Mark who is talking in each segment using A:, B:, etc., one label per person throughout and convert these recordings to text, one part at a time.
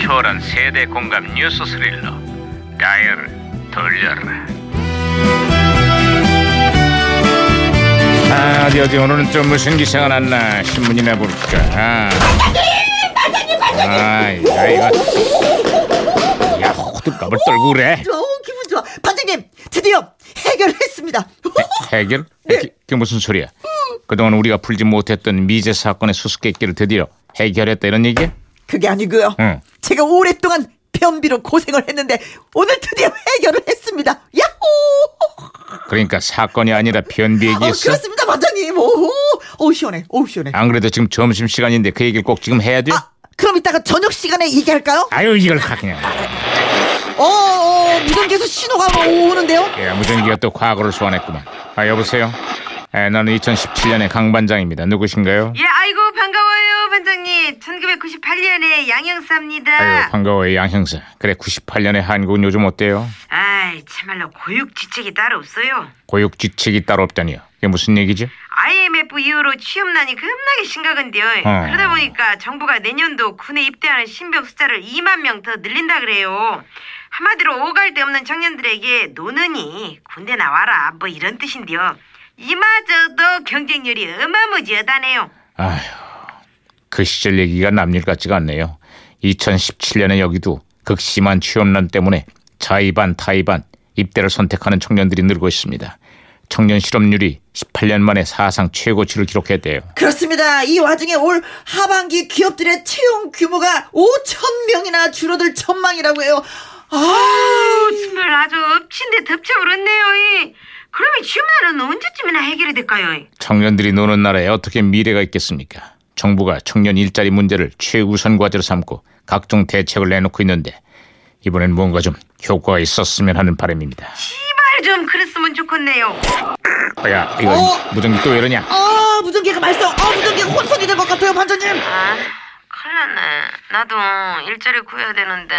A: 치열한 세대 공감 뉴스 스릴러 다이얼을 돌려라 아, 어디 어디 오늘은 또 무슨 기사가 났나 신문이나 볼까 아. 반장님 반장님 반장님 아, 이거 야 호들갑을 떨고 그래
B: 좋아, 오, 기분 좋아. 반장님, 드디어 해결했습니다.
A: 해결?
B: 네.
A: 그- 그게 무슨 소리야 그동안 우리가 풀지 못했던 미제 사건의 수수께끼를 드디어 해결했다 이런 얘기야?
B: 그게 아니고요.
A: 응.
B: 제가 오랫동안 변비로 고생을 했는데 오늘 드디어 해결을 했습니다. 야호!
A: 그러니까 사건이 아니라 변비
B: 어,
A: 얘기했어?
B: 그렇습니다, 반장님. 오, 오 시원해, 오 시원해.
A: 안 그래도 지금 점심시간인데 그 얘기를 꼭 지금 해야 돼?
B: 아, 그럼 이따가 저녁 시간에 얘기할까요?
A: 아유 이걸 가 그냥
B: 어, 어 무전기에서 신호가 뭐 오는데요.
A: 야, 무전기가 또 과거를 소환했구만. 아, 여보세요? 에, 나는 2017년의 강반장입니다. 누구신가요?
C: 예, 아이고 반가워요 반장님. 1998년에
A: 아유,
C: 양형사입니다.
A: 반가워요, 양 형사. 그래, 98년의 한국은 요즘 어때요?
C: 아이, 참말로 고육지책이 따로 없어요.
A: 고육지책이 따로 없다니요. 이게 무슨 얘기죠?
C: IMF 이후로 취업난이 겁나게 심각한데요.
A: 어.
C: 그러다 보니까 정부가 내년도 군에 입대하는 신병 숫자를 2만 명 더 늘린다 그래요. 한마디로 오갈 데 없는 청년들에게 노느니 군대 나와라 뭐 이런 뜻인데요. 이마저도 경쟁률이 어마무지하다네요.
A: 아휴, 그 시절 얘기가 남일 같지가 않네요. 2017년에 여기도 극심한 취업난 때문에 자의반, 타의반, 입대를 선택하는 청년들이 늘고 있습니다. 청년 실업률이 18년 만에 사상 최고치를 기록했대요.
B: 그렇습니다. 이 와중에 올 하반기 기업들의 채용 규모가 5천 명이나 줄어들 전망이라고 해요. 아,
C: 정말 아주 엎친데 덮쳐 울었네요. 이. 그러면 주말은 언제쯤이나 해결이 될까요? 이?
A: 청년들이 노는 나라에 어떻게 미래가 있겠습니까? 정부가 청년 일자리 문제를 최우선 과제로 삼고 각종 대책을 내놓고 있는데 이번엔 뭔가 좀 효과가 있었으면 하는 바람입니다.
C: 제발 좀 그랬으면 좋겠네요.
A: 야 이거
B: 어?
A: 무전기 또 이러냐?
B: 아, 무전기가 말썽. 아, 무전기 가 혼선이 된 것 같아요, 반장님.
C: 아, 큰일 났네. 나도 일자리 구해야 되는데.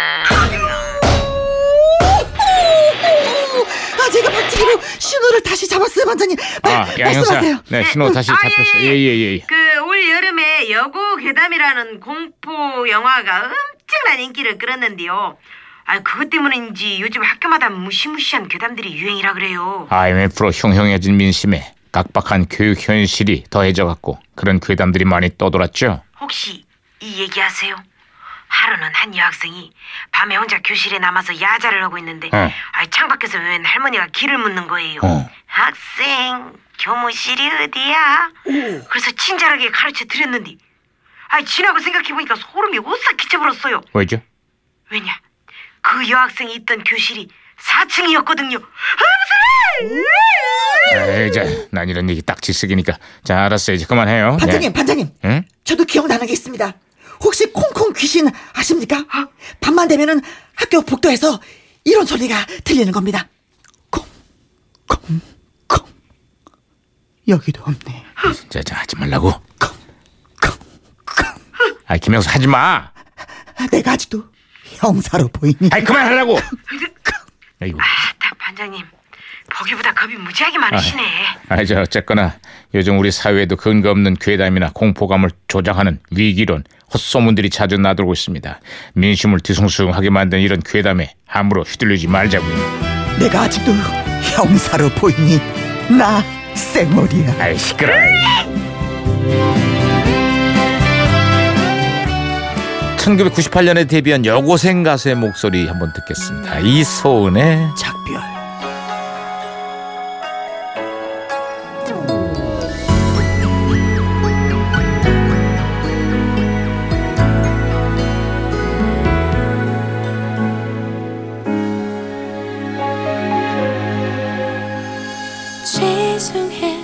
B: 아, 제가 박치기로 신호를 다시 잡았어요, 반장님. 말,
A: 아, 양 형사,
B: 말씀하세요.
A: 네 신호 다시
C: 아,
A: 잡혔어요.
C: 예,
A: 예예예. 예, 예.
C: 그 올 여름에 여고 괴담이라는 공포 영화가 엄청난 인기를 끌었는데요. 아, 그것 때문인지 요즘 학교마다 무시무시한 괴담들이 유행이라 그래요.
A: IMF로 흉흉해진 민심에 각박한 교육 현실이 더해져갔고 그런 괴담들이 많이 떠돌았죠.
C: 혹시 이 얘기하세요? 하루는 한 여학생이 밤에 혼자 교실에 남아서 야자를 하고 있는데
A: 어.
C: 아이, 창밖에서 웬 할머니가 길을 묻는 거예요.
A: 어.
C: 학생 교무실이 어디야? 그래서 친절하게 가르쳐 드렸는데 아이 지나고 생각해 보니까 소름이 오싹 끼쳐버렸어요.
A: 왜죠?
C: 왜냐? 그 여학생이 있던 교실이 4층이었거든요. 아, 무슨!
A: 에이, 자, 난 이런 얘기 딱 지식이니까 자 알았어요 이제 그만해요.
B: 반장님,
A: 예.
B: 반장님.
A: 응?
B: 저도 기억나는 게 있습니다. 혹시 콩콩 귀신 아십니까? 밤만 되면은 학교 복도에서 이런 소리가 들리는 겁니다. 콩, 콩, 콩. 여기도 없네.
A: 자, 자 하지 말라고.
B: 콩, 콩, 콩.
A: 아 김영수 하지 마.
B: 내가 아직도 형사로 보이니?
A: 아이 그만하라고. 아이고.
C: 아따 반장님 보기보다 겁이 무지하게 많으시네.
A: 아, 저 어쨌거나 요즘 우리 사회에도 근거 없는 괴담이나 공포감을 조장하는 위기론, 헛소문들이 자주 나돌고 있습니다. 민심을 뒤숭숭하게 만든 이런 괴담에 함부로 휘둘리지 말자고요.
B: 내가 아직도 형사로 보이니? 나 생머리야.
A: 아이 시끄러. 워
D: 1998년에 데뷔한 여고생 가수의 목소리 한번 듣겠습니다. 이소은의
B: 작별.
E: 죄송해